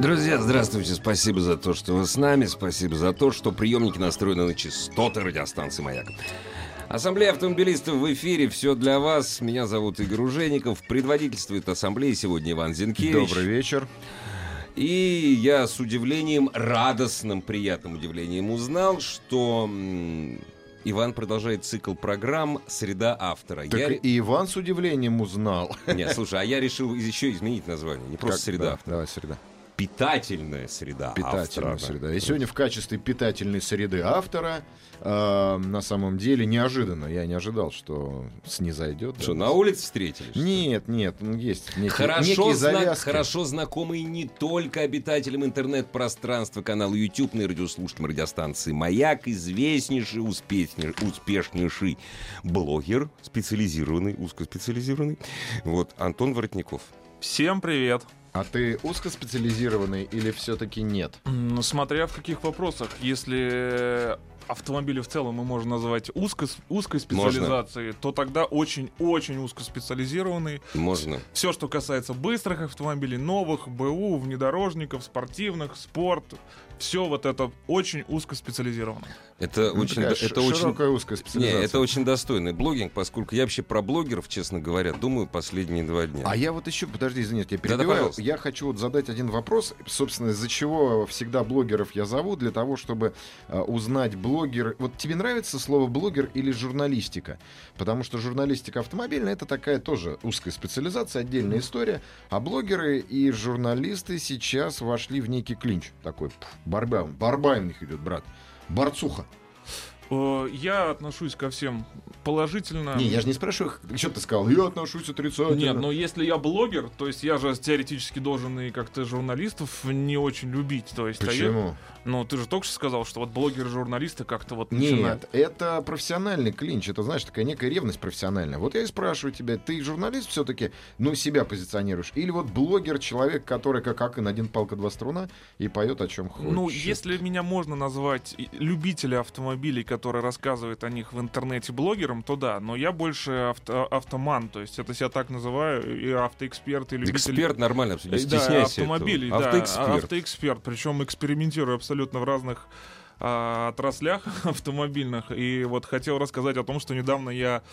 Друзья, здравствуйте. Спасибо за то, что вы с нами. Спасибо за то, что приемники настроены на частоты радиостанции «Маяк». Ассамблея автомобилистов в эфире. Все для вас. Меня зовут Игорь Ужеников. Предводительствует ассамблеи сегодня Иван Зинкевич. Добрый вечер. И я с удивлением, радостным, приятным удивлением узнал, что м, Иван продолжает цикл программ «Среда автора». Так Я ре- и Иван с удивлением узнал. Не, слушай, а я решил еще изменить название. Не просто Как- «Среда А, да, автора». Давай среда. Питательная среда Питательная автора. среда. И сегодня в качестве питательной среды автора э, на самом деле неожиданно. Я не ожидал, что снизойдет. Что, на улице встретились? что ли? Нет, нет, ну, есть некие, Хорошо, некие зна- завязки. хорошо знакомый не только обитателям интернет-пространства, канала YouTube, на и радиослушателям радиостанции «Маяк», известнейший, успешней- успешнейший блогер, специализированный, узкоспециализированный, вот, Антон Воротников. Всем привет. А ты узкоспециализированный или все-таки нет? М, Ну, смотря в каких вопросах. Если э, автомобили в целом мы можем назвать узко, узкой специализацией, то тогда очень-очень узкоспециализированный. Можно? Все, что касается быстрых автомобилей, новых, БУ, внедорожников, спортивных, спорт, все вот это очень узкоспециализировано. Это Ну, очень... такая до- ш- это очень... широкая узкая Не, специализация. это очень достойный блогинг, поскольку я вообще про блогеров, честно говоря, думаю последние два дня. А я вот еще, подожди, извини, я тебя Да-да, перебиваю. пожалуйста. я хочу вот задать один вопрос. Собственно, из-за чего всегда блогеров я зову? Для того, чтобы э, узнать блогер... Вот тебе нравится слово блогер или журналистика? Потому что журналистика автомобильная — это такая тоже узкая специализация, отдельная история. А блогеры и журналисты сейчас вошли в некий клинч. Такой пф, борьба, борьба у них идет, брат. Борцуха. Э, Я отношусь ко всем положительно. Не, я же не спрашиваю, их, что ты сказал? Я отношусь отрицательно. Нет, ну если я блогер, то есть я же теоретически должен и как-то журналистов не очень любить. То есть а я- Почему? Ну, ты же только что сказал, что вот блогеры-журналисты как-то вот начинают. Нет, это профессиональный клинч, это, знаешь, такая некая ревность профессиональная. Вот я и спрашиваю тебя, ты журналист все-таки, ну, себя позиционируешь, или вот блогер, человек, который как Акын, один палка, два струна, и поет о чем хочет? Ну, если меня можно назвать и- любителя автомобилей, который рассказывает о них в интернете блогером, то да, но я больше авто- автоман, то есть это себя так называю, и автоэксперт, и любитель... Эксперт нормально, не Э, стесняйся. да, этого. автомобилей, да, Автоэксперт. автоэксперт, причем экспериментирую абсолютно в разных а, отраслях автомобильных. И вот хотел рассказать о том, что недавно я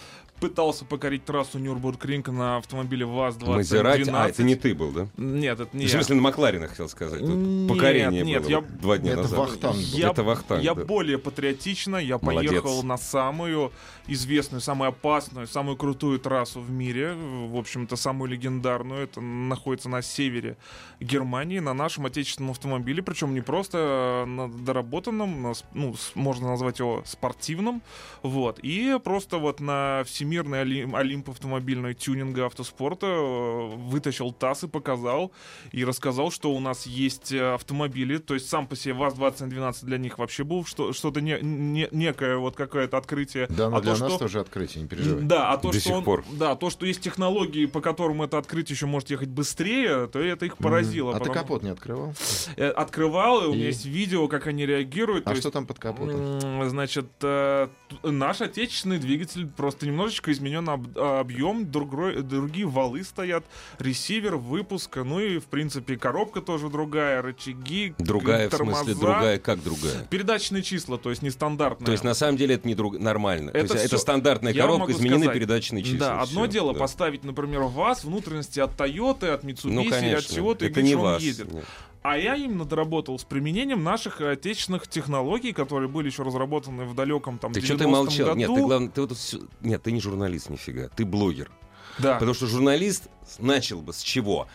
пытался покорить трассу Нюрбург-Ринг на автомобиле Мазерати. ВАЗ-2012. А, это не ты был, да? Нет, это не В я. смысле, на Макларина хотел сказать. Вот Нет, покорение нет, было я- вот два дня Это назад. Вахтанг был. Я, Это Вахтанг, я да. более патриотично, я Молодец. поехал на самую известную, самую опасную, самую крутую трассу в мире, в общем-то, самую легендарную. Это находится на севере Германии, на нашем отечественном автомобиле, причем не просто э, на доработанном, на с- ну, с- можно назвать его спортивным, вот, и просто вот на всемирный олим- олимп автомобильной тюнинга автоспорта э, вытащил ТАСС и показал, и рассказал, что у нас есть э, автомобили, то есть сам по себе ВАЗ-2012 для них вообще был что- что-то не, не- некое вот какое-то открытие. Да, но А для то, нас что- тоже открытие, не переживай. Да, а то, До что сих он- пор. да, то, что есть технологии, по которым это открытие еще может ехать быстрее, то это их поразило. М, А ты потому- капот не открывал? Э, Открывал, и у И? меня есть видео, как они реагируют. то А есть- что там под капотом? М, Значит, э, т- наш отечественный двигатель просто немножечко изменен об- объем, другой- другие валы стоят, ресивер выпуска, ну и в принципе коробка тоже другая, рычаги, Другая, э, в смысле, тормоза. другая, как другая? Передачные числа, то есть нестандартные. То есть, на самом деле, это не друг... нормально. То Это есть, Это, всё. стандартная Я коробка, могу изменены сказать. передачные числа. да, одно всё, дело да. поставить, например, вас внутренности от Toyota, от Mitsubishi, Ну, или конечно, от чего-то, и это говорить, не что он вас. едет. Нет. А я именно доработал с применением наших отечественных технологий, которые были еще разработаны в далеком там Ты что 90-м ты молчал? году. Нет, ты главное, ты вот всё- нет, ты не журналист, нифига, ты блогер. Да. Потому что журналист начал бы с чего?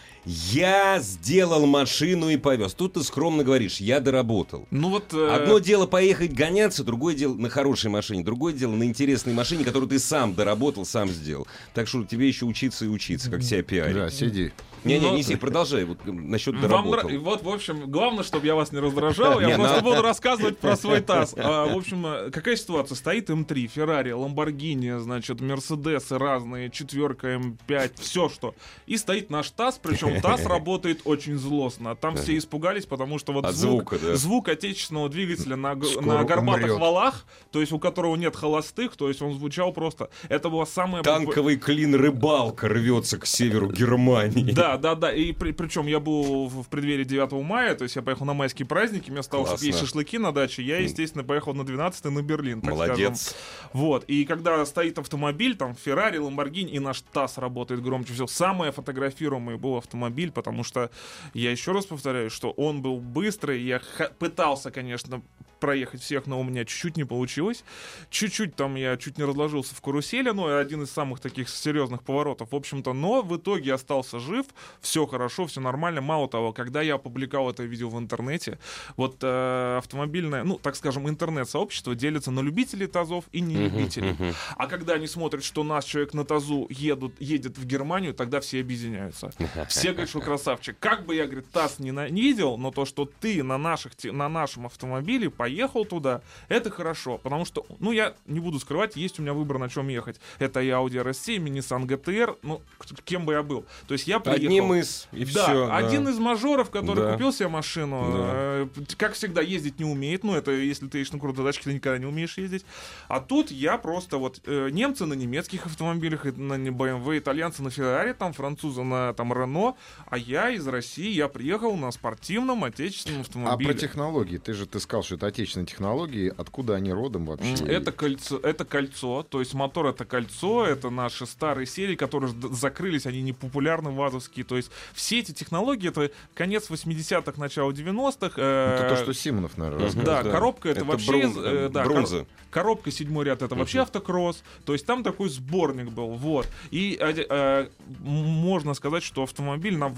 Я сделал машину и повез. Тут ты скромно говоришь, я доработал. Ну вот... э, Одно дело поехать гоняться, другое дело на хорошей машине, другое дело на интересной машине, которую ты сам доработал, сам сделал. Так что тебе еще учиться и учиться, как себя Э, пиарить. Да, сиди. Не-не, Но- не си, продолжай, вот м, насчет ну, Вам доработал. нра- Вот, в общем, главное, чтобы я вас не раздражал, я Не, просто надо. буду рассказывать про свой ТАСС. А, В общем, э, какая ситуация? Стоит М3, Феррари, Ламборгини, значит, Мерседесы разные, четверка М5, все что. И стоит наш ТАСС, причем ТАСС работает очень злостно. А Там все испугались, потому что вот От звук, звука, да. звук отечественного двигателя на, г- Скоро на горбатых умрет. валах, то есть у которого нет холостых, то есть он звучал просто... Это была самая... Танковый клин рыбалка рвется к северу Германии. Да, да, да. И причем я был в в преддверии 9 мая, то есть я поехал на майские праздники, вместо того, чтобы Классно. есть шашлыки на даче, я, естественно, поехал на 12 на Берлин, так скажем. Молодец. Вот. И когда стоит автомобиль, там Феррари, Ламборгини и наш ТАСС работает громче всего. Самый фотографируемый был автомобиль, потому что я еще раз повторяю, что он был быстрый. Я ха- пытался, конечно, проехать всех, но у меня чуть-чуть не получилось. Чуть-чуть там я чуть не разложился в карусели, но один из самых таких серьезных поворотов, в общем-то. Но в итоге остался жив, все хорошо, все нормально. Мало того, когда я опубликовал это видео в интернете, вот э, автомобильное, ну, так скажем, интернет-сообщество делится на любителей тазов и не любителей. А когда они смотрят, что наш человек на тазу едут, едет в Германию, тогда все объединяются. Все говорят, что красавчик. Как бы я, говорит, ТАСС не ненавидел, но то, что ты на, наших, те- на нашем автомобиле поехал туда, это хорошо. Потому что, ну, я не буду скрывать, есть у меня выбор, на чем ехать. Это и Audi RS7, и Nissan GTR, ну, к- кем бы я был. То есть я приехал... Одним из, и да, все. один из мажоров, который Да. купил себе машину, Да. э, как всегда, ездить не умеет. Ну, это если ты едешь на крутой тачке, ты никогда не умеешь ездить. А тут я просто вот э, немцы на немецких автомобилях, и на не- BMW, итальянцы на Феррари, там французы на там Рено, а я из России, я приехал на спортивном отечественном А автомобиле. про технологии. Ты же ты сказал, что это отечественные технологии. Откуда они родом вообще? М, Это кольцо, это кольцо, то есть мотор это кольцо, это наши старые серии, которые ж д- закрылись, они не популярны вазовские, то есть все эти технологии, это конец 80-х, начало 90-х. э, Это Ну, то, что Симонов, наверное, рассказывал. да, Да. коробка это, Это вообще брун- э, да, кор- бронза. коробка седьмой ряд это вообще автокросс, то есть там такой сборник был, вот. И э, э, можно сказать, что автомобиль на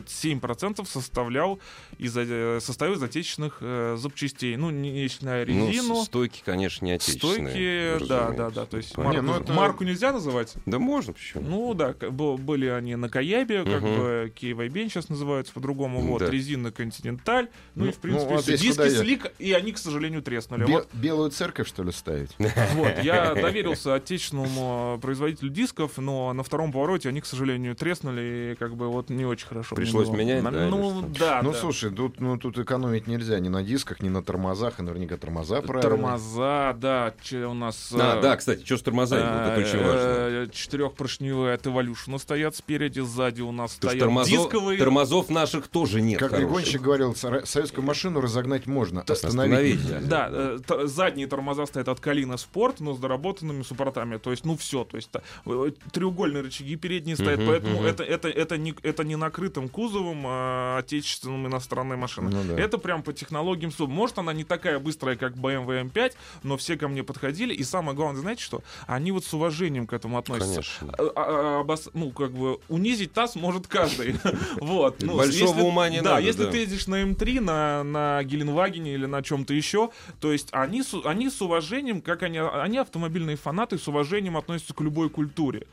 87% составлял из э, состоял из отечественных э, запчастей, ну не, не считая Ну, с- резину. стойки, конечно, не отечественные. Стойки, да, разумеется. да, да. То есть Понятно. марку, Не, ну это- марку нельзя называть. Да можно, почему? Ну да, к- бо- были они на Каябе, как Мгм. бы Киевайбень сейчас называются по-другому. Вот, Да. резина Континенталь. Ну, Ну, и в принципе ну, а всё. здесь диски куда я? слик, и они, к сожалению, треснули. Бе- Вот, Белую церковь, что ли, ставить? вот, я доверился отечественному э, производителю дисков, но на втором повороте они, к сожалению, треснули, и как бы вот не очень хорошо. мне Пришлось было. менять, да, или Ну что? да, ну, да. слушай, тут, ну, тут экономить нельзя ни на дисках, ни на тормозах, и наверняка тормоза правильно. Тормоза, да, че у нас... А, э, да, кстати, что с тормозами? Вот это очень важно. Четырехпоршневые Э, от Evolution стоят спереди, сзади у нас Потому что стоят тормозов, дисковые. тормозов наших тоже нет. Как хороших. Григонщик говорил, со- советскую машину разогнать можно, остановить. Остановить, нельзя. Да, э, т- задние тормоза стоят от Калина Спорт, но с доработанными суппортами. То есть, ну все, то есть та- э, треугольные рычаги передние стоят, Мгм, поэтому мгм. это это это не это не накрытым кузовом а, отечественным иностранной машины. Ну да. Это прям по технологиям суп. Может, она не такая быстрая, как BMW M5, но все ко мне подходили. И самое главное, знаете что? Они вот с уважением к этому относятся. Конечно. А- а- обос- ну, как бы, унизить таз может каждый. Вот. ну, Большого если- ума не Да, надо, если да. ты ездишь на М3, на, на Геленвагене или на чем-то еще, то есть они, с- они с уважением, как они, они автомобильные фанаты, с уважением относятся к любой культуре.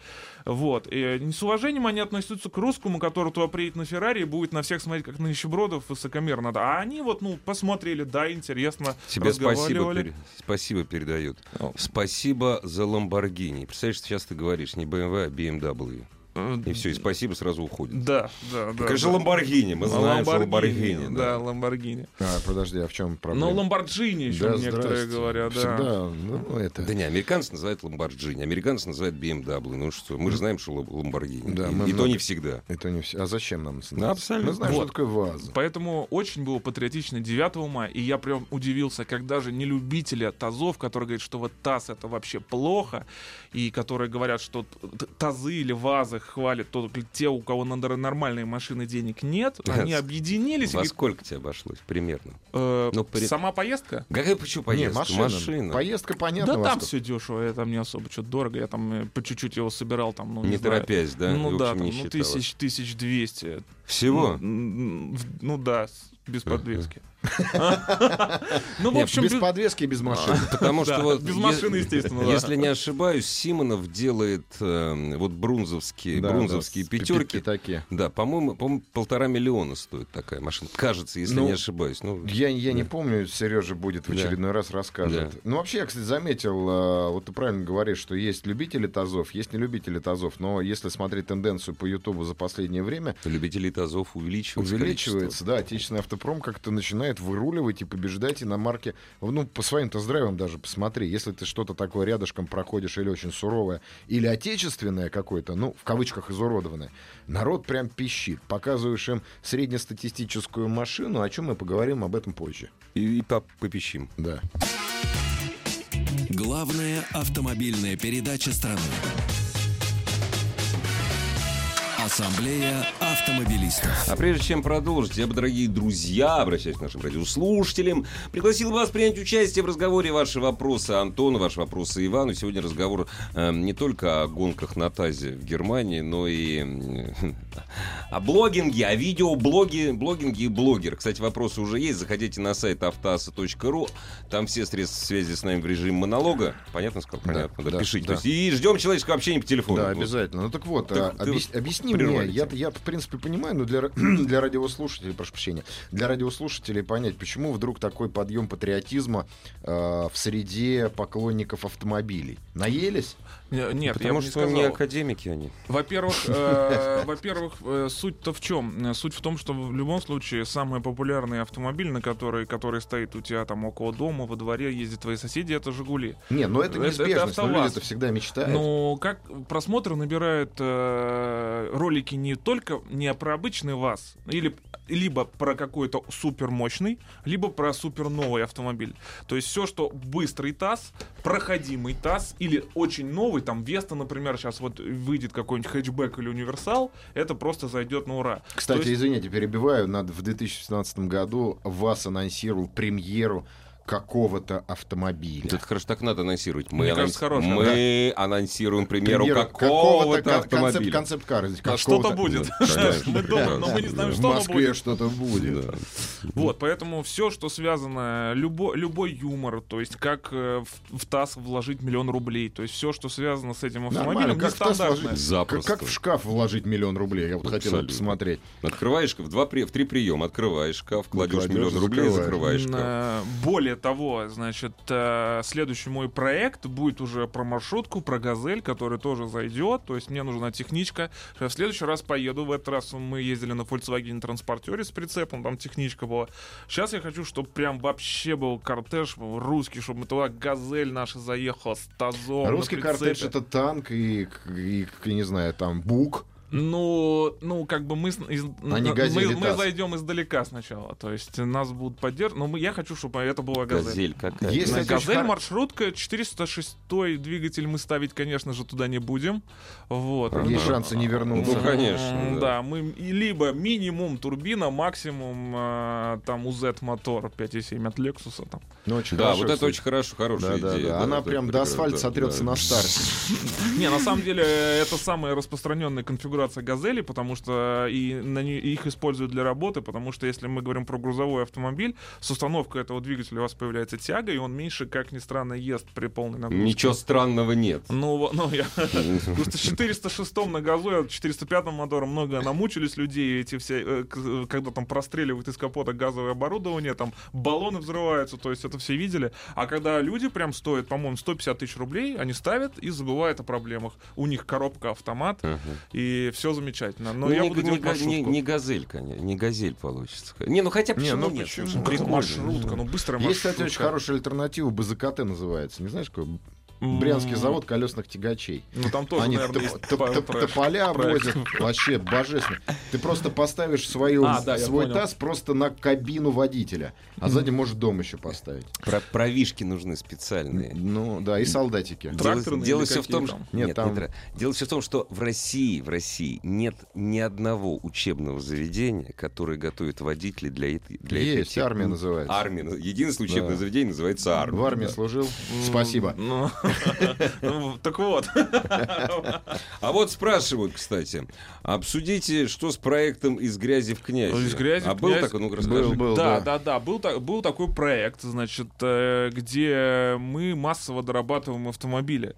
Вот. И э, не с уважением они относятся к русскому, который туда приедет на Феррари и будет на всех смотреть, как на нищебродов, высокомерно. Да. А они вот, ну, посмотрели, да, интересно, Тебе спасибо, разговаривали. пере- спасибо передают. О. Спасибо за Ламборгини. Представляешь, сейчас ты говоришь не BMW, а BMW. Э, И все, и спасибо сразу уходит. Да, да, да. Конечно, да. Ламборгини. Мы знаем, что Ламборгини. Да, Ламборгини. А, подожди, а в чем Но проблема? Ламборджини еще Да, некоторые здрасте. говорят, да. Всегда, ну, это... Да не, американцы называют Ламборджини, американцы называют BMW. Ну что, мы же знаем, что Лам- Ламборгини. Да, и мы и то много- не всегда. Это не все. А зачем нам знать? Да, абсолютно. Мы знаем, Вот. что такое ваза. Поэтому очень было патриотично 9 мая, и я прям удивился, как даже не любители тазов, которые говорят, что вот таз это вообще плохо, и которые говорят, что т- т- тазы или вазы хвалит, то те, у кого на дор- нормальные машины денег нет, Да, они с- объединились. и Во говорит, сколько тебе обошлось примерно? «Э, Ну, при- Сама э, поездка? Какая почему Не, поездка? машина. Поездка понятно. да во там сколько. все дешево, я там не особо что-то дорого, я там э, по чуть-чуть его собирал там, ну не, Не знаю. торопясь, да? И, Ну в да, общем, там, не ну считалось. тысяч, тысяч двести. Всего? Ну, м, в- ну да, с- без Ага. подвески. Ну, в Нет, общем, без без- А, подвески и без машины. Потому Да, что вот без е- машины, естественно, да. Если не ошибаюсь, Симонов делает э, вот брунзовские, Да, брунзовские да, пятерки. пятаки. Да, по-моему, по полтора миллиона стоит такая машина. Кажется, если Ну, не ошибаюсь. Ну, Я, я не Да. помню, Сережа будет Да. в очередной раз расскажет. Да. Ну, вообще, я, кстати, заметил, э, вот ты правильно говоришь, что есть любители тазов, есть не любители тазов, но если смотреть тенденцию по Ютубу за последнее время, любителей тазов увеличивается. увеличивается, да, отечественный автопром как-то начинает выруливать и побеждать иномарки. Ну, по своим тест-драйвам даже посмотри, если ты что-то такое рядышком проходишь или очень суровое, или отечественное какое-то, ну, в кавычках изуродованное, народ прям пищит. Показываешь им среднестатистическую машину, о чем мы поговорим об этом позже. количество. И, и по- попищим. Да. Главная автомобильная передача страны. Ассамблея автомобилистов. А прежде чем продолжить, я бы, дорогие друзья, обращаясь к нашим радиослушателям, пригласил вас принять участие в разговоре. Ваши вопросы Антону, ваши вопросы Ивану. Сегодня разговор э, не только о гонках на ТАЗе в Германии, но и э, о блогинге, о видеоблоге, блогинге и блогер. Кстати, вопросы уже есть. Заходите на сайт автоаса.ру. Там все средства связи с нами в режим монолога. Понятно, сказал? Да, Понятно. Да, да, пишите. да. То есть и ждем человеческого общения по телефону. Да, Вот. обязательно. Ну так вот, Ты- а, ты объяс- вот объясни мне, прервали я, тему. я в принципе понимаю, но для, ра- для радиослушателей, прошу прощения, для радиослушателей понять, почему вдруг такой подъем патриотизма э, в среде поклонников автомобилей. Наелись? Не- Нет, я Потому бы не что с вами не сказал. академики они. Во-первых, э, во-первых, э, суть-то в чем? Э, Суть в том, что в любом случае самый популярный автомобиль, на который, который стоит у тебя там около дома, во дворе, ездят твои соседи, это Жигули. Не, ну это Это- это неизбежность, но «АвтоВАЗ». Ну, люди-то всегда мечтают. Но как просмотры набирают э, ролики не только не про обычный ВАЗ, или либо про какой-то супермощный, либо про суперновый автомобиль. То есть все, что быстрый ТАСС, проходимый ТАСС или очень новый, там Веста, например, сейчас вот выйдет какой-нибудь хэтчбэк или универсал, это просто зайдет на ура. Кстати, То есть- извините, перебиваю, надо в 2016 году вас анонсировал премьеру какого-то автомобиля. Это хорошо так надо анонсировать. Мы, Мне кажется, анонс- хорошая, мы анонсируем премьеру Премьера какого-то кон- автомобиля. Концепт, концепт-кары. Да, какого-то- А что-то будет. Да, конечно, Мы думаем, но мы не прекрасно, знаем, да. В что оно Москве будет. что-то будет. Да. Вот, поэтому все, что связано, любо- любой юмор, то есть как э, в, в ТАСС вложить миллион рублей, то есть все, что связано с этим Нормально, автомобилем, как в таз нестандартное. вложить- как, Запросто. как в шкаф вложить миллион рублей? Я вот хотел это Абсолютно. посмотреть. Открываешь в, два, при- в три приема. Открываешь шкаф, кладешь Кладешь, миллион рублей, закрываешь закрываешь. шкаф. Э, Более того, значит, э, следующий мой проект будет уже про маршрутку, про газель, который тоже зайдет. То есть мне нужна техничка. Я в следующий раз поеду. В этот раз мы ездили на Volkswagen транспортере с прицепом, там техничка была. Сейчас я хочу, чтобы прям вообще был кортеж русский, чтобы туда газель наша заехала с тазом. на Русский прицепе. кортедж это танк и, к- и, к- я не знаю, там бук. Ну, ну, как бы мы, с- из- А не на- «Газель» мы, и мы «ТАСС». зайдем издалека сначала. То есть нас будут поддерживать. Но мы- я хочу, чтобы это была газель. Газель какая. Есть- Кстати, На очень «Газель» хор- маршрутка, 406 двигатель мы ставить, конечно же, туда не будем. Вот. Ага. Есть шансы не вернуться. Ну, конечно, М, да. Да. мы и либо минимум турбина, максимум э, там УЗ-мотор 5,7 от Лексуса. Там. Ну, очень Да, хорошо, вот это кстати. очень хорошо, хорошая Да, да, идея. да. да, Она да, прям до прекрасно, асфальта да, сотрется да. на старте. Не, на самом деле, э, это самая распространенная конфигурация газели, потому что э, и на ней- их используют для работы, потому что если мы говорим про грузовой автомобиль, с установкой этого двигателя у вас появляется тяга, и он меньше, как ни странно, ест при полной нагрузке. Ничего странного нет. Ну, во- ну я... Просто 406 на газу, я 405 мотора много намучились людей, эти все, э, к- когда там простреливают из капота газовое оборудование, там баллоны взрываются, то есть это все видели. А когда люди прям стоят, по-моему, 150 тысяч рублей, они ставят и забывают о проблемах. У них коробка, автомат, Ага. и все замечательно. Но Хм. Ну, я не, буду не- делать не- не, маршрутку. не газель, конечно, не газель получится. Не, ну хотя Не, почему ну нет? почему? Слушай, Блин, прикольно. маршрутка, ну быстрая Есть, кстати, маршрутка. очень хорошая альтернатива. БЗКТ называется. Не знаешь, какой? Брянский завод колесных тягачей. Ну там тоже, Они наверное, топ- есть топ- пар- топ- трэш. тополя Трэш. возят. Вообще божественно. Ты просто поставишь свою, А, да, я свой понял. таз просто на кабину водителя. А сзади можешь дом еще поставить. Про провишки нужны специальные. Ну да, и солдатики. Да. Тракторные Дело, дело или все в какие том, там? что- Нет, Нет, там- не тра- дело все в том, что в России, в России нет ни одного учебного заведения, которое готовит водителей для, этой- для этой Есть, техни- армия называется. Армия. ну, Единственное учебное Да. заведение называется армия. В армии служил. Спасибо. Ну, ну, так вот. А вот спрашивают, кстати, обсудите, что с проектом «Из грязи в князь». «Из грязи а в был князь» такой, ну расскажи. Был, был, да, да. да, да. Был, та- был такой проект, значит, э, где мы массово дорабатываем автомобили.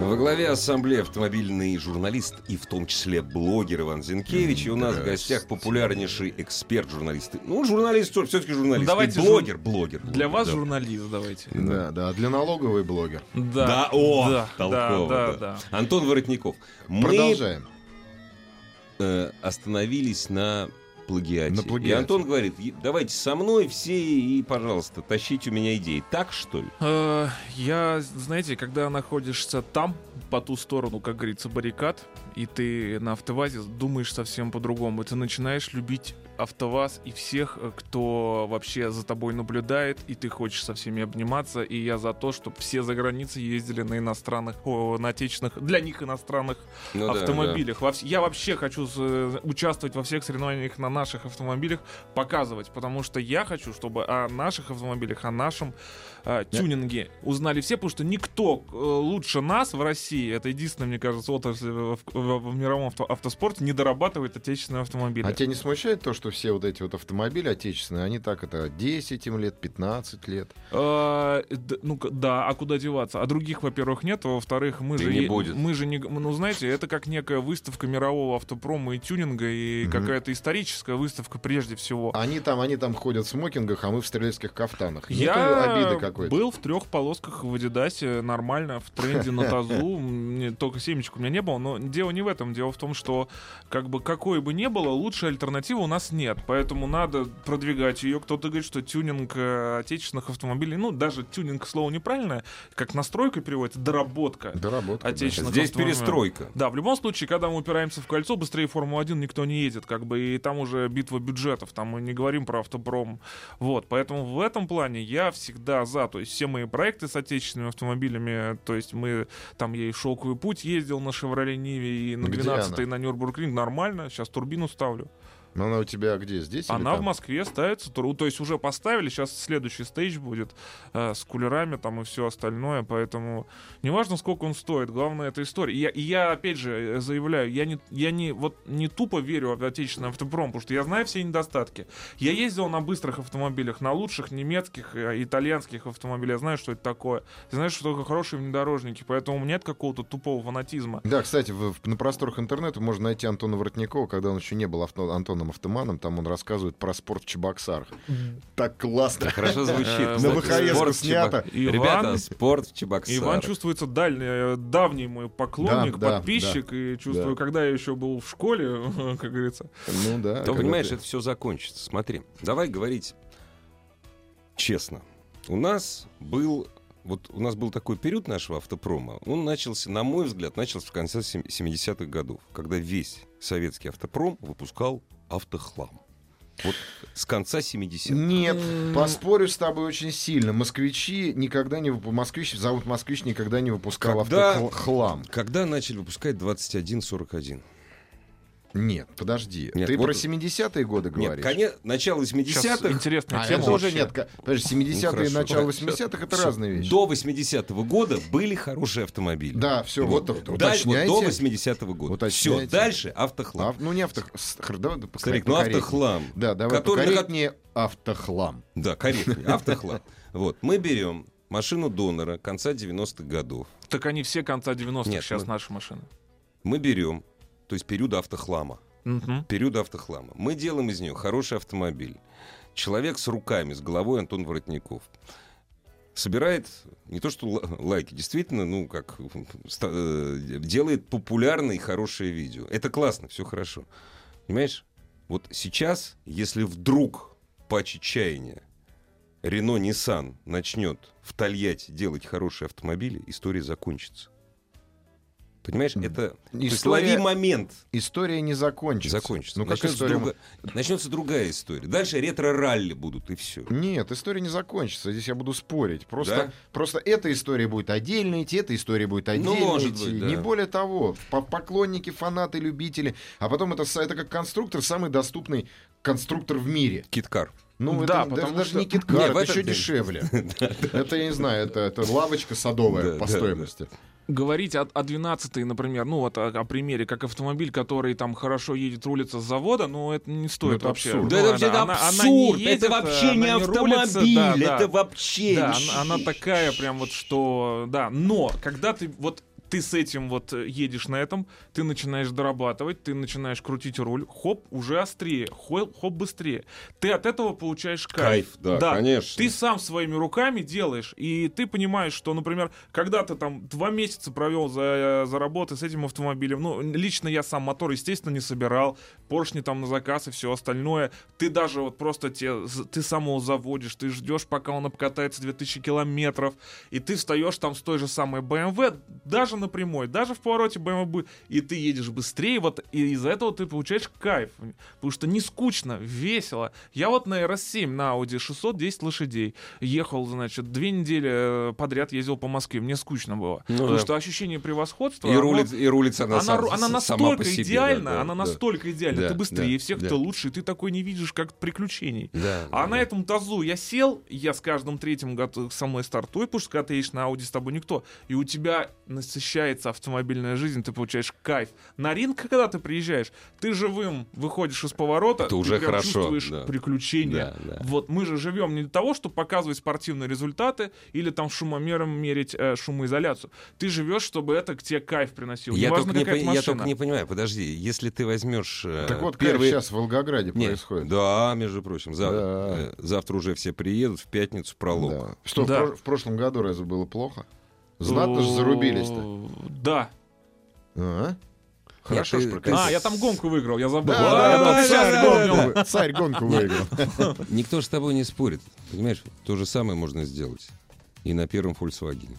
Во главе ассамблеи автомобильный журналист и в том числе блогер Иван Зинкевич. И у нас в гостях популярнейший эксперт журналисты. Ну, он журналист, все-таки журналист. Ну, давайте И блогер, блогер, блогер, Для вас да. журналист, давайте. Да, да, а для налоговый блогер. Да. Да, о, да, толково, да, да. да, Антон Воротников. Мы Продолжаем. э, остановились на плагиате. На И плагиате. Антон говорит, «И- давайте со мной все и, пожалуйста, тащите у меня идеи. Так, что ли? Э, Я, знаете, когда находишься там, по ту сторону, как говорится, баррикад, и ты на автовазе думаешь совсем по-другому. Ты начинаешь любить автоваз и всех, э, кто вообще за тобой наблюдает, и ты хочешь со всеми обниматься. И я за то, чтобы все за границей ездили на иностранных, о, на отечественных, для них иностранных Ну да, автомобилях. Во вс- Я вообще хочу с- участвовать во всех соревнованиях на наших автомобилях, показывать, потому что я хочу, чтобы о наших автомобилях, о нашем э, тюнинге узнали все, потому что никто э, лучше нас в России, это единственная, мне кажется, отрасль э, в, в- в мировом авто- автоспорте, не дорабатывает отечественные автомобили. А тебя не смущает то, что все вот эти вот автомобили отечественные, они так это 10 им лет, 15 лет? Э, д- ну к- да, а куда деваться? А других, во-первых, нет, а во-вторых, мы Да же и не е- будет. мы же не, г- ну знаете, это как некая выставка мирового автопрома и тюнинга и Мгм. какая-то историческая выставка прежде всего. Они там, они там ходят в смокингах, а мы в стрелецких кафтанах. Нету Я обиды какой-то. был в трех полосках в Адидасе, нормально, в тренде на тазу, мне только семечек у меня не было, но дело не в этом, дело в том, что как бы какой бы ни было, лучшей альтернативы у нас нет, поэтому надо продвигать ее. Кто-то говорит, что тюнинг э, отечественных автомобилей, ну даже тюнинг слово неправильное, как настройка переводится, доработка. Доработка. да. Отечественных Здесь автомобилей. перестройка. Да, в любом случае, когда мы упираемся в кольцо, быстрее Формулу-1 никто не едет, как бы, и там уже битва бюджетов, там мы не говорим про автопром. Вот, поэтому в этом плане я всегда за, то есть все мои проекты с отечественными автомобилями, то есть мы, там я и в «Шелковый путь» ездил на «Шевроле Ниве», и на Где 12 и она? на «Нюрбургринг», нормально, сейчас турбину ставлю. Но она у тебя где? Здесь? или Она в там? Москве ставится, тру- то есть уже поставили, сейчас следующий стейдж будет э, с кулерами там и все остальное, поэтому неважно, сколько он стоит, главное это история. И я, и я, опять же э, заявляю, я не, я не, вот, не тупо верю в отечественный автопром, потому что я знаю все недостатки. Я ездил на быстрых автомобилях, на лучших немецких, э, итальянских автомобилях, я знаю, что это такое. Я знаю, что такое хорошие внедорожники, поэтому у меня нет какого-то тупого фанатизма. Да, кстати, в- в- на просторах интернета можно найти Антона Воротникова, когда он еще не был авто- Антоном Автоманом, там он рассказывает про спорт в Чебоксарах. Так классно. Хорошо Э, звучит. кстати. на ВХС-ку Спорт в снято. Чебок- Иван- Ребята, спорт в Чебоксарах. Иван чувствуется дальний, э, давний мой поклонник, Да, да, подписчик, и чувствую, да. когда я еще был в школе, как говорится. Ну да. Ты когда понимаешь, ты- это все закончится. Смотри, давай говорить честно. У нас был вот у нас был такой период нашего автопрома. Он начался, на мой взгляд, начался в конце сем- 70-х годов, когда весь советский автопром выпускал автохлам. Вот с конца 70-х. Нет, поспорю с тобой очень сильно. Москвичи никогда не вып- москвич, завод москвич никогда не выпускал Когда- автохлам. Когда начали выпускать 2141? Нет, подожди. Нет, ты вот- про 70-е годы Нет, говоришь? конец, начало Сейчас 70-х. интересная А, тема это уже вообще. нет. ка- Подожди, 70-е и Ну, хорошо. начало Всё. 80-х это Всё. разные вещи. До 80-го года были хорошие автомобили. Да, все, вот, вот, Дальше, вот до уточняйте. 80-го года. Все, Уточняйте. дальше автохлам. Ав- ну не авто... с- хр- давай да, Старик, покорректнее. ну автохлам. Да, давай Который- покорректнее автохлам. Да, корректнее. Автохлам. Вот, мы берем машину донора конца 90-х годов. Так они все конца 90-х Нет, сейчас ну. мы- наши машины. Мы берем, то есть периода автохлама. Мгм. Периода автохлама. Мы делаем из нее хороший автомобиль. Человек с руками, с головой Антон Воротников. собирает не то что ла- лайки, действительно, ну как ста- э, делает популярные хорошие видео. Это классно, все хорошо. Понимаешь? Вот сейчас, если вдруг по чечаянию Рено Nissan начнет в Тольятти делать хорошие автомобили, история закончится. Понимаешь, Мгм. это... То есть История- лови момент. История не закончится. Закончится. Ну, как начнется, история... друга- начнется другая история. Дальше ретро-ралли будут, и все. Нет, история не закончится. Здесь я буду спорить. Просто, Да? просто эта история будет отдельно идти, эта история будет отдельно Ну, может идти. быть, да. Не более того, по- поклонники, фанаты, любители. А потом это, с- это как конструктор, самый доступный конструктор в мире. Киткар. Ну, Да, это даже- потому даже что- не Не, киткар, в это этот еще день. дешевле. Это, я не знаю, это, это лавочка Да, садовая да, по да. стоимости. говорить о, о 12 например, ну вот о, о примере, как автомобиль, который там хорошо едет, рулится с завода, ну это не Ну, стоит это вообще. абсурд. Ну, она- она- она не едет, э, она не рулится, да, да. вообще... Да, она, она такая прям вот, что... Да, но когда ты вот ты с этим вот э, едешь на этом, ты начинаешь дорабатывать, ты начинаешь крутить руль, хоп, уже острее, хоп, хоп быстрее. Ты от этого получаешь кайф. Кайф, да, конечно. Ты сам своими руками делаешь, и ты понимаешь, что, например, когда ты там два месяца провел за, за работой с этим автомобилем, ну, лично я сам мотор, естественно, не собирал, поршни там на заказ и все остальное, ты даже вот просто те, з- ты сам его заводишь, ты ждешь, пока он обкатается 2000 километров, и ты встаешь там с той же самой BMW, даже на прямой, даже в повороте BMW, бы- и ты едешь быстрее, вот и из-за этого ты получаешь кайф, потому что не скучно, весело. Я вот на RS7 на Audi 610 лошадей ехал, значит, две недели э, подряд ездил по Москве, мне скучно было, Ну потому да. что ощущение превосходства... И, оно- рулит, и рулится она, она, сам- ру- она сама настолько по себе, идеальна, да, да, она да. настолько идеальна, Да, ты да, быстрее всех, да. ты лучше, и ты такой не видишь, как приключений. Да, да, А на да. этом тазу я сел, я с каждым третьим готов, со мной стартует, потому что когда ты едешь на Ауди, с тобой никто. И у тебя насыщается автомобильная жизнь, ты получаешь кайф. На ринг, когда ты приезжаешь, ты живым выходишь из поворота, Это ты уже прям хорошо, чувствуешь да. приключения. Да, да. Вот мы же живем не для того, чтобы показывать спортивные результаты или там шумомером мерить э, шумоизоляцию. Ты живешь, чтобы это к тебе кайф приносило. Я, Неважно, только не, какая это пон- я машина. только не понимаю, подожди, если ты возьмешь... э, Так вот, первый- сейчас в Волгограде Не, происходит. Да, между прочим, за- Да. э, завтра уже все приедут, в пятницу пролог. Да. Что, в Да. про- в прошлом году разве было плохо? Знатно же зарубились-то. О, Да. А? Хорошо ты- ж ты- прокатились. А, я там гонку выиграл, я забыл. Да, Вот да, это да, всё царь, вспомнил. гонку, вы- царь гонку выиграл. Никто же с тобой не спорит. Понимаешь, то же самое можно сделать и на первом Volkswagen.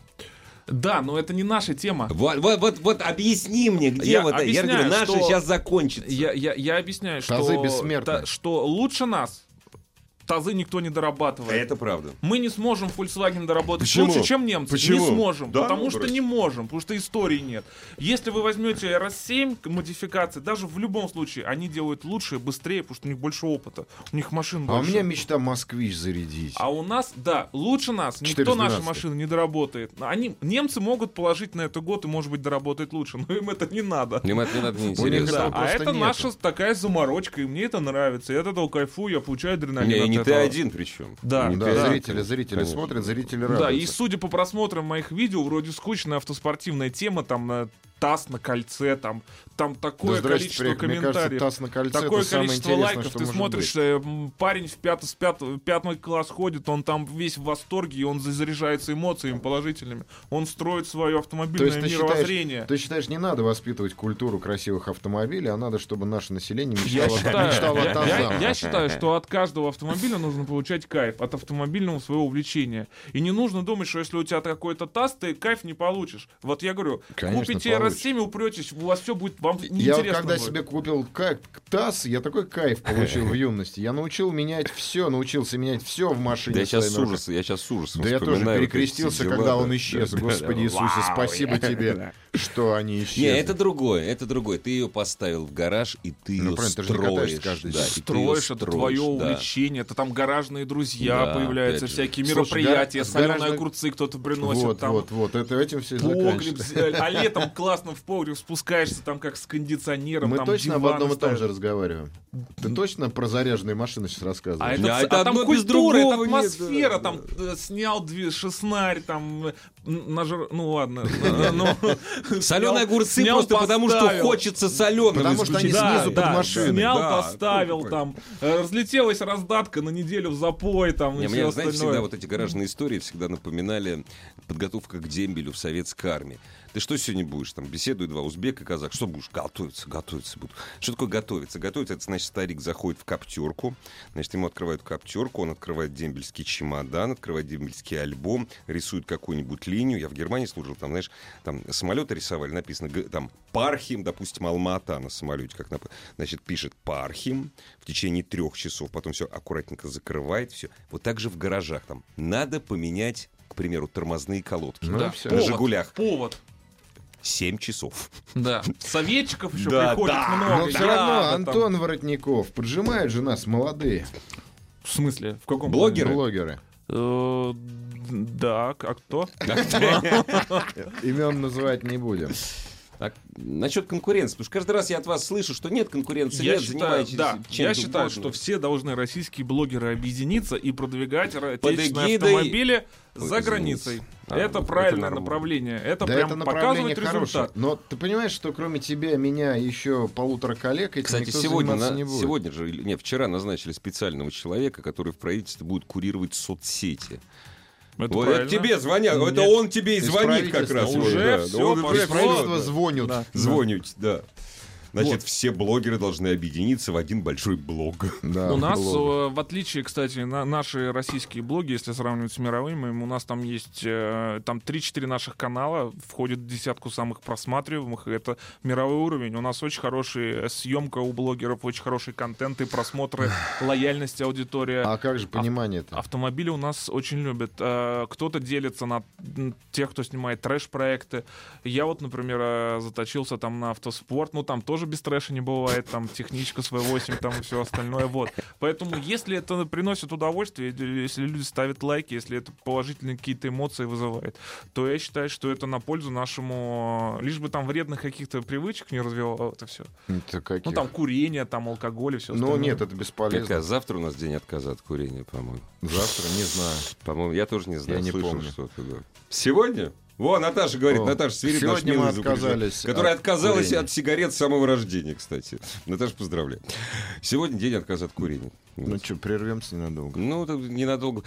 Да, но это не наша тема. Вот, вот, вот, вот объясни мне, где Я вот это. Я объясняю, говорю, наше что- сейчас закончится. Я, я, я объясняю, что, Тазы бессмертны. что лучше нас тазы никто не А дорабатывает. Это правда. Мы не сможем Volkswagen доработать Почему? лучше, чем немцы. Почему? Не сможем. Да, ну, потому что брось. не можем, потому что истории нет. Если вы возьмете RS7 к- модификации, даже в любом случае, они делают лучше, быстрее, потому что у них больше опыта. У них машин А у больше. меня мечта москвич зарядить. А у нас, да, лучше нас, никто 412. наши машины не доработает. Они, немцы могут положить на это год и, может быть, доработать лучше, но им это не надо. Им это не надо, не У них интересно. этого Да, а просто это нету. наша такая заморочка, и мне это нравится. Я от этого кайфую, я получаю адреналин. Не, и от не ты этого. один причем. Да, Не Да, ты да. один. зрители, зрители Конечно. смотрят, зрители Да, и радуются. судя по просмотрам моих видео, вроде скучная автоспортивная тема, там э, таз на кольце, там, там такое здрасте, количество Фрейк, Мне кажется, комментариев. таз на кольце Такое это самое количество интересное, лайков, что ты может смотришь, быть. э, м, парень в пятый, с пятого- в пятый класс ходит, он там весь в восторге, и он заряжается эмоциями положительными. Он строит свое То автомобильное есть ты мировоззрение. считаешь, ты считаешь, не надо воспитывать культуру красивых автомобилей, а надо, чтобы наше население Я мечтало, Ну, считаю, мечтало о я- я- тазах. я считаю, что от каждого автомобиля нужно получать кайф от автомобильного своего увлечения. И не нужно думать, что если у тебя какой-то таз, ты кайф не получишь. Вот я говорю, Конечно, купите получишь. RS7, упретесь, у вас все будет вам Я неинтересно. вот когда будет. себе купил ка- таз, я такой кайф получил в юности. Я научил менять все, научился менять все в машине. Да я сейчас с своими руками. ужасом, я сейчас с ужасом Да я тоже вспоминаю вот эти перекрестился, дела, когда да, он да, исчез. да, да, Господи да. Иисусе, спасибо тебе, что они исчезли. Не, это другое, это другое. Ты ее поставил в гараж, и ты Ну, ее правильно, ты же не строишь. катаешься каждый да, день. и ты её строишь, это твое строишь, да. увлечение, это там гаражные друзья Да, появляются, опять же. всякие Слушай, мероприятия, гара- соленые гаражные- огурцы кто-то приносит Вот, там. вот, вот. Это этим все и Погреб, заканчивается. э, а летом классно в погреб спускаешься, там как с кондиционером, Мы там точно об диваны одном и том ставят. же разговариваем. Ты точно про заряженные машины сейчас А рассказываешь? это, Не, ц- это а там одно без культура, это другого нет, атмосфера, да, там э, снял дви- шеснарь, там э, н- нажр... Ну ладно. Э, ну, Соленые снял- огурцы снял, просто потому, что а поставил. хочется соленым. Потому что они Да, снизу да, под машиной. Снял, Да, поставил такой. там. Э, Разлетелась раздатка на неделю в запой там Не, мне, и все знаете, всегда остальное. вот эти гаражные истории всегда напоминали подготовка к дембелю в советской армии. Ты что сегодня будешь? Там беседуют два узбека и казак. Что будешь? Готовиться, готовиться будут. Что такое готовиться? Готовиться, это значит, старик заходит в коптерку. Значит, ему открывают коптерку, он открывает дембельский чемодан, открывает дембельский альбом, рисует какую-нибудь линию. Я в Германии служил, там, знаешь, там самолеты рисовали, написано, г- там, Пархим, допустим, Алмата на самолете, как нап- значит, пишет Пархим в течение трех часов, потом все аккуратненько закрывает, все. Вот так же в гаражах там. Надо поменять, к примеру, тормозные колодки. Ну, Да. всё. На Повод. Жигулях. Повод. 7 часов. Да. Советчиков еще Да, приходит да. много. Но все Да, равно да, там. Антон Воротников поджимает же нас, молодые В смысле? В каком? Блогер? Блогеры. блогеры. Э, Да, а кто? Имен называть не будем. А насчет конкуренции. Потому что каждый раз я от вас слышу, что нет конкуренции, Я нет, считаю, занимаетесь да, чем-то я считаю, угодно. что все должны российские блогеры объединиться и продвигать ра- Под отечественные эгидой- автомобили Ой, за извините. границей. А, это это правильное нормально. направление. Это да прям это направление показывает хорошее. результат. Но ты понимаешь, что кроме тебя, меня, еще полутора коллег, этим Кстати, никто сегодня, заниматься на- не будет. сегодня же, или- не, вчера назначили специального человека, который в правительстве будет курировать соцсети. Это Вот правильно. это тебе звонят, это Нет. он тебе и Из звонит как раз. правительства. вот, Уже да. всё Он пошло. уже Из правительства Да. звонят. Да. Звонит, да. Значит, Вот. все блогеры должны объединиться в один большой блог. Да, У нас, блогеры. э, в отличие, кстати, на наши российские блоги, если сравнивать с мировыми, у нас там есть э, там 3-4 наших канала, входит в десятку самых просматриваемых, и это мировой уровень. У нас очень хорошая съемка у блогеров, очень хороший контент и просмотры, лояльность аудитории. А как же понимание-то? Автомобили у нас очень любят. Э, Кто-то делится на м, тех, кто снимает трэш-проекты. Я вот, например, э, заточился там на автоспорт. Ну, там тоже без трэша не бывает. Там техничка с V8, там и все остальное. Вот. Поэтому, если это приносит удовольствие, э, если люди ставят лайки, если это положительные какие-то эмоции вызывает, то я считаю, что это на пользу нашему... э, Лишь бы там вредных каких-то привычек не развивало а это все. Это каких? Ну, там курение, там алкоголь и все Ну, нет, это бесполезно. Как, а завтра у нас день отказа от курения, по-моему. Завтра, не знаю. По-моему, я тоже не знаю, Я не слышал помню. что-то. да. Сегодня? Во, Наташа говорит, О, Наташа Свирид, наш сегодня мы милый звукорежиссер, отказались Которая от отказалась курения. от сигарет с самого рождения, кстати. Наташа, поздравляю. Сегодня день отказа от курения. Ну что, прервемся ненадолго. Ну, так ненадолго.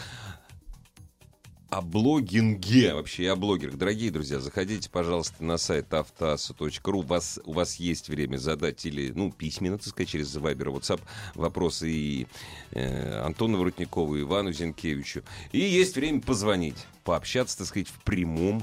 О блогинге вообще, и о блогерах. Дорогие друзья, заходите, пожалуйста, на сайт автоаса.ру. У вас, у вас есть время задать или, ну, письменно, так сказать, через Viber, WhatsApp вопросы и э, Антону Воротникову, и Ивану Зинкевичу. И есть время позвонить, пообщаться, так сказать, в прямом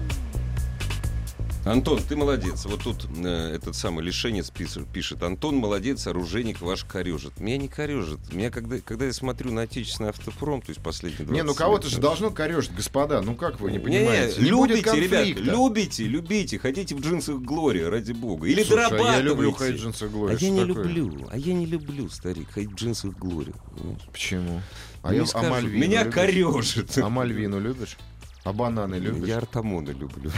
Антон, ты молодец. Вот тут э, этот самый лишенец пис- пишет. Антон, молодец, оружейник ваш корежит. Меня не корежит. Меня, когда, когда я смотрю на отечественный автопром, то есть последние 20 Не, ну кого-то лет, же да. должно корежить, господа. Ну как вы не Не, понимаете? не, Не будет любите, ребят, конфликта. любите, любите. Ходите в джинсах Глория, ради бога. Или Слушай, а дорабатывайте. я люблю ходить в джинсах А Глория. я что не такое? люблю, а я не люблю, старик, ходить в джинсах Глория. понимаешь? Почему? А Не я скажу. а Мальвину Меня любишь? корежит. А Мальвину любишь? А бананы любишь? Я Артамона люблю.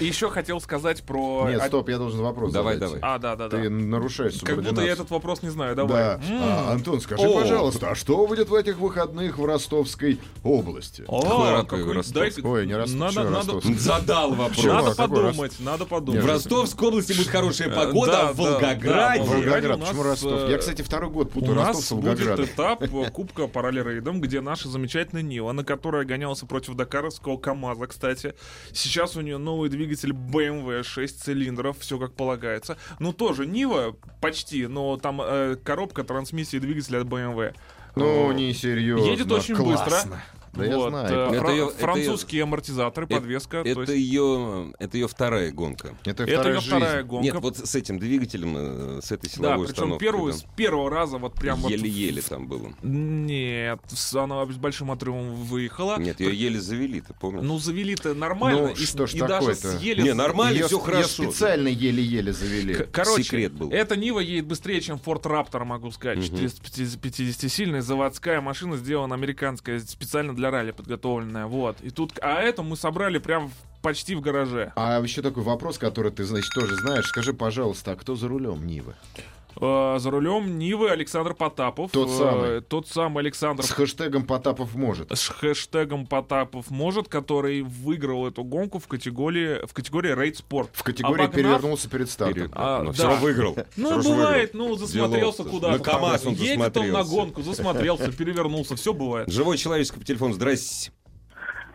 И еще хотел сказать про... Нет, о- стоп, я должен вопрос Давай, задать. давай. А, да, А- да, да. Ты нарушаешь Как будто я субординацию. этот вопрос не знаю, давай. Да. М. А, Антон, скажи, О. пожалуйста, а что будет в этих выходных в Ростовской области? О, Какой Ростов? какой- Ростов. дайте- Ой, не Ростов, Надо, чё надо, Ростовский? Задал Чё? вопрос. надо Чувак, какой подумать, надо подумать. В Ростовской области будет хорошая Э, погода, да, а в да, Волгограде. да, в Волгограде. Волгоград, у нас, почему Ростов? э, Я, кстати, второй год У путаю Ростов нас с будет Волгоградом. этап э, Кубка Параллерейдом, где наша замечательная Нива, на которой гонялся против Дакаровского КАМАЗа, кстати. Сейчас у нее новый двигатель BMW, 6 цилиндров, все как полагается. Ну, тоже Нива почти, но там э, коробка, трансмиссия и двигатель от эм BMW. Ну, Э, не серьезно. Едет очень быстро. Да я Вот, знаю. э, Это фра- её- это французские амортизаторы, это- подвеска. то Это есть ее, это ее вторая гонка. Это это вторая её вторая жизнь. гонка. Нет, вот с этим двигателем, э, с этой да, силовой причем установкой. первую, да. с первого раза вот прям вот- еле-еле там было. Нет, с- она с большим отрывом выехала. Нет, ее еле завели, ты помнишь? Ну, завели-то нормально. Ну, и, с- что ж и даже такое-то? съели... Не, с- нормально. Нормально, Её- всё её хорошо. специально еле-еле завели. К- Короче, Секрет был. эта Нива едет быстрее, чем Ford Raptor, могу сказать. Мгм. 450-сильная заводская машина, сделана американская, специально для ралли подготовленная. Вот. И тут... А это мы собрали прям в почти в гараже. А еще такой вопрос, который ты, значит, тоже знаешь. Скажи, пожалуйста, а кто за рулем Нивы? Э, За рулем Нивы Александр Потапов. Тот Э, самый. Тот самый Александр С хэштегом Потапов может. с хэштегом Потапов может, который выиграл эту гонку в категории в категории рейд спорт. В категории Обогнав- перевернулся перед стартом. Перед- А, но да. все равно выиграл. Ну, Всё равно бывает, выиграл. ну, засмотрелся Делов-то. куда-то. На КамАЗ он Едет он на засмотрелся. гонку, засмотрелся, перевернулся, все бывает. Живой человеческий по телефону. Здрасте.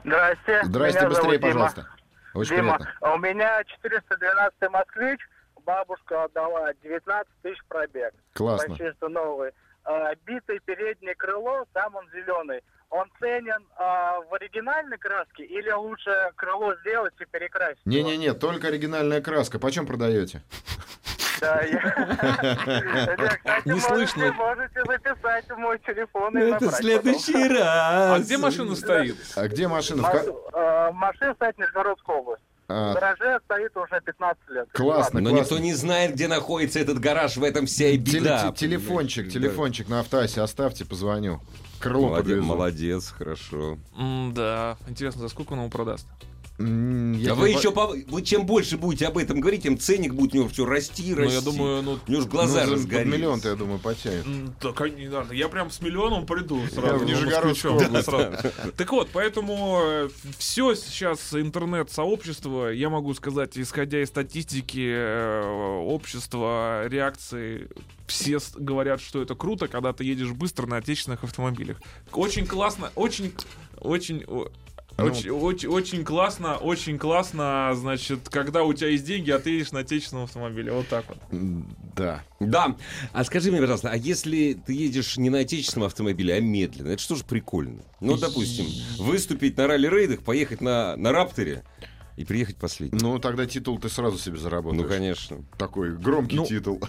Здрасте. Здрасте, Меня быстрее, зовут Дима. пожалуйста. Очень Дима, приятно. а у меня 412 москвич. Бабушка отдала 19 тысяч пробег. Классно. Почти что новый. А, битое переднее крыло, сам он зеленый. Он ценен а, в оригинальной краске или лучше крыло сделать и перекрасить? его? Не-не-не, только оригинальная краска. Почем продаете? Да, я... Да, кстати, Не слышно. можете- Можете записать мой телефон и Ну, набрать, раз. А где машина стоит? А где машина? В пожалуйста. ка- Мас- а, Машина стоит в Нижегородской области. В А, гараже стоит уже 15 лет. Классно, Но классно. никто не знает, где находится этот гараж, в этом вся и Теле- беда. те- телефончик, Да. телефончик на автоасе оставьте, позвоню. Крыло Молодец, подвезу. молодец, хорошо. М, Да, интересно, за сколько он его продаст? М, я а вы тебе еще, пов- вы чем больше будете об этом говорить, тем ценник будет у него все расти, Ну, расти. я думаю, ну, у него же Ну, глаза за- под разгорелись. миллион-то, я думаю, потянет. М, Так, а не надо. Я прям с миллионом приду сразу. в ну, Нижегородскую москвичом, сразу. Так вот, поэтому все сейчас интернет-сообщество, я могу сказать, исходя из статистики э, общества, реакции, все с- говорят, что это круто, когда ты едешь быстро на отечественных автомобилях. Очень классно, очень, очень... о- Ну. Очень, очень, очень классно, очень классно, значит, когда у тебя есть деньги, а ты едешь на отечественном автомобиле. Вот так вот. М, Да. Да. А скажи мне, пожалуйста, а если ты едешь не на отечественном автомобиле, а медленно, это что же прикольно? Ну, допустим, выступить на ралли-рейдах, поехать на, на Рапторе и приехать последним. Ну, тогда титул ты сразу себе заработаешь. Ну, конечно. Такой громкий Ну, титул.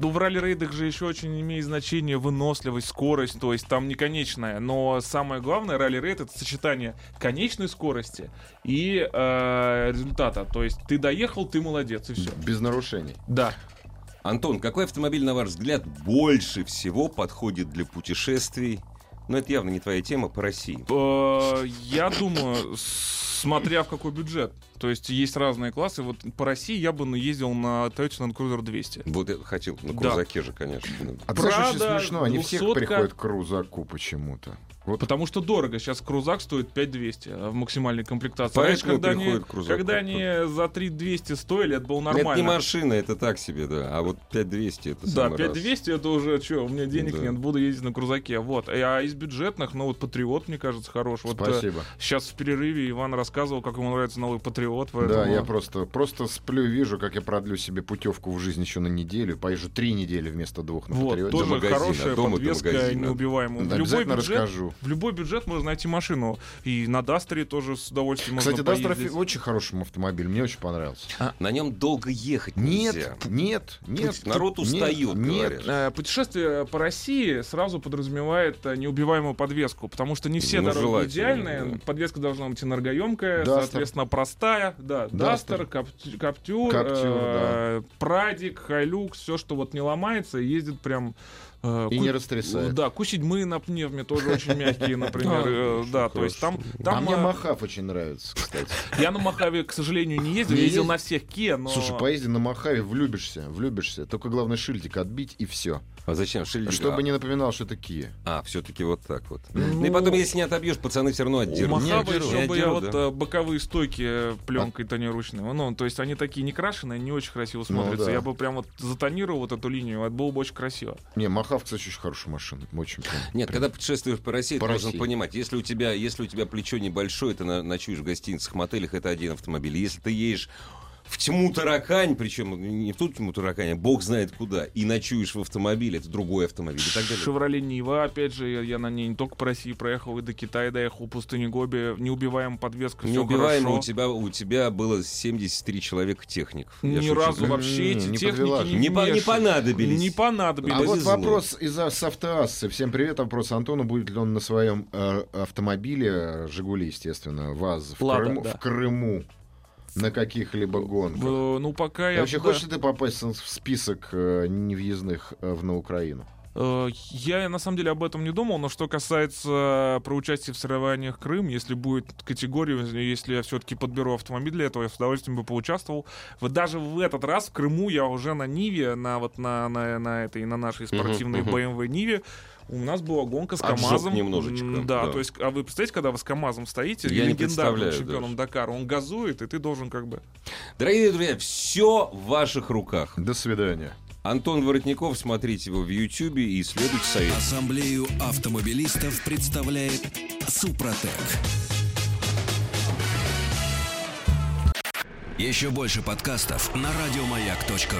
Ну, в ралли-рейдах же еще очень имеет значение выносливость, скорость, то есть там не конечная. Но самое главное, ралли-рейд — это сочетание конечной скорости и э, результата. То есть ты доехал, ты молодец, и все. Без нарушений. Да. Антон, какой автомобиль, на ваш взгляд, больше всего подходит для путешествий? Ну, это явно не твоя тема по России. Э, я думаю, с- смотря в какой бюджет. То есть есть разные классы. Вот по России я бы ездил на Toyota Land Cruiser 200. Вот я хотел, на Да. крузаке же, конечно. Ну, А ты знаешь, очень Прада, смешно, они всех двухсотка. приходят к крузаку почему-то. Вот Потому что дорого. Сейчас крузак стоит 5200 а в максимальной комплектации. Поэтому Раньше, когда они, переходит к крузаку. когда они за 3200 стоили, это было Это не нормально. машина, это так себе, да. А вот 5200 это Да, самый раз. 5200 это уже что, у меня денег Да. нет, буду ездить на крузаке. Вот. А из бюджетных, ну вот Патриот, мне кажется, хорош. Вот, спасибо. сейчас в перерыве Иван рассказывал, как ему нравится новый Патриот. Да, поэтому- я просто, просто сплю и вижу, как я продлю себе путевку в жизнь еще на неделю. Поезжу три недели вместо двух на Вот, «Патриоте». а тоже магазина, хорошая дома до подвеска магазина. неубиваемая. Да, В любой, обязательно бюджет, расскажу. в любой бюджет можно найти машину. И на Дастере тоже с удовольствием Кстати, можно Дастер поездить. очень хороший автомобиль, мне очень понравился. На нем долго ехать нельзя. Нет, нет, нет. Пусть народ нет, устает, Нет, говорят. Э, Путешествие по России сразу подразумевает э, неубиваемую подвеску, потому что не все Ну, дороги желательно, идеальные. да. Подвеска должна быть энергоемкая, Дастер. соответственно, простая. Да, Дастер. Дастер, Каптю- Каптюр, Каптюр, э, Прадик, Хайлюкс, все, что вот не ломается, и ездит прям... э, и ку- не растрясает. Да, Ку-7 на пневме тоже очень мягкие, например. э, Да, то есть там... а там, мне э, Махав очень нравится, кстати. Я на Махаве, к сожалению, не ездил. Я Не ездил ездил? на всех Kia, но... Слушай, поезди на Махаве, влюбишься, влюбишься. Только главное шильдик отбить и все. А зачем? Шильдик? Чтобы А, не напоминал, что это Кия. А, все-таки вот так вот. Ну, Ну и потом, если не отобьешь, пацаны все равно У отдерут. Махаба Не еще отдерут. бы Не я отдерут, вот да. э, боковые стойки э, пленкой тониручной. Ну, то есть они такие не крашеные, не очень красиво Ну, смотрятся. да. Я бы прям вот затонировал вот эту линию, это было бы очень красиво. Не, Махав, кстати, очень хорошая машина. Очень прям. Нет, когда путешествуешь по России, По ты должен России. понимать, если у тебя, если у тебя плечо небольшое, ты на- ночуешь в гостиницах, мотелях, это один автомобиль. Если ты едешь в тьму таракань, причем не в ту тьму таракань, а бог знает куда, и ночуешь в автомобиле, это другой автомобиль и так далее. Шевроле Нива, опять же, я, я на ней не только по России проехал, и до Китая доехал, пустыни Гоби, неубиваем подвеска, все Неубиваемо хорошо. у тебя, у тебя было 73 человека техников. Я Ни шучу. разу М, вообще эти не подвела же. техники Не не, по- не вмешивались. понадобились. Не понадобились. А вот повезло. вопрос из с автоассы. Всем привет. Вопрос Антону. Будет ли он на своем э, автомобиле э, «Жигули», естественно, ВАЗ в, Лада, Крыму, да. в Крыму на каких-либо гонках? Э, Ну, пока А И я... вообще, да. хочешь ли ты попасть в список э, невъездных э, в- на Украину? Э, Я на самом деле об этом не думал, но что касается э, про участие в соревнованиях Крым, если будет категория, если я все-таки подберу автомобиль для этого, я с удовольствием бы поучаствовал. Вот даже в этот раз в Крыму я уже на Ниве, на вот на, на, на этой, на нашей спортивной мгм. BMW Ниве, у нас была гонка с Отжег КАМАЗом. немножечко, М, Да, да. то есть, а вы представляете, когда вы с КАМАЗом стоите, Я не легендарным представляю чемпионом Дакара, он газует, и ты должен как бы... Дорогие друзья, все в ваших руках. До свидания. Антон Воротников, смотрите его в Ютьюбе и следуйте советам. Ассамблею автомобилистов представляет Супротек. Еще больше подкастов на радиомаяк.ру.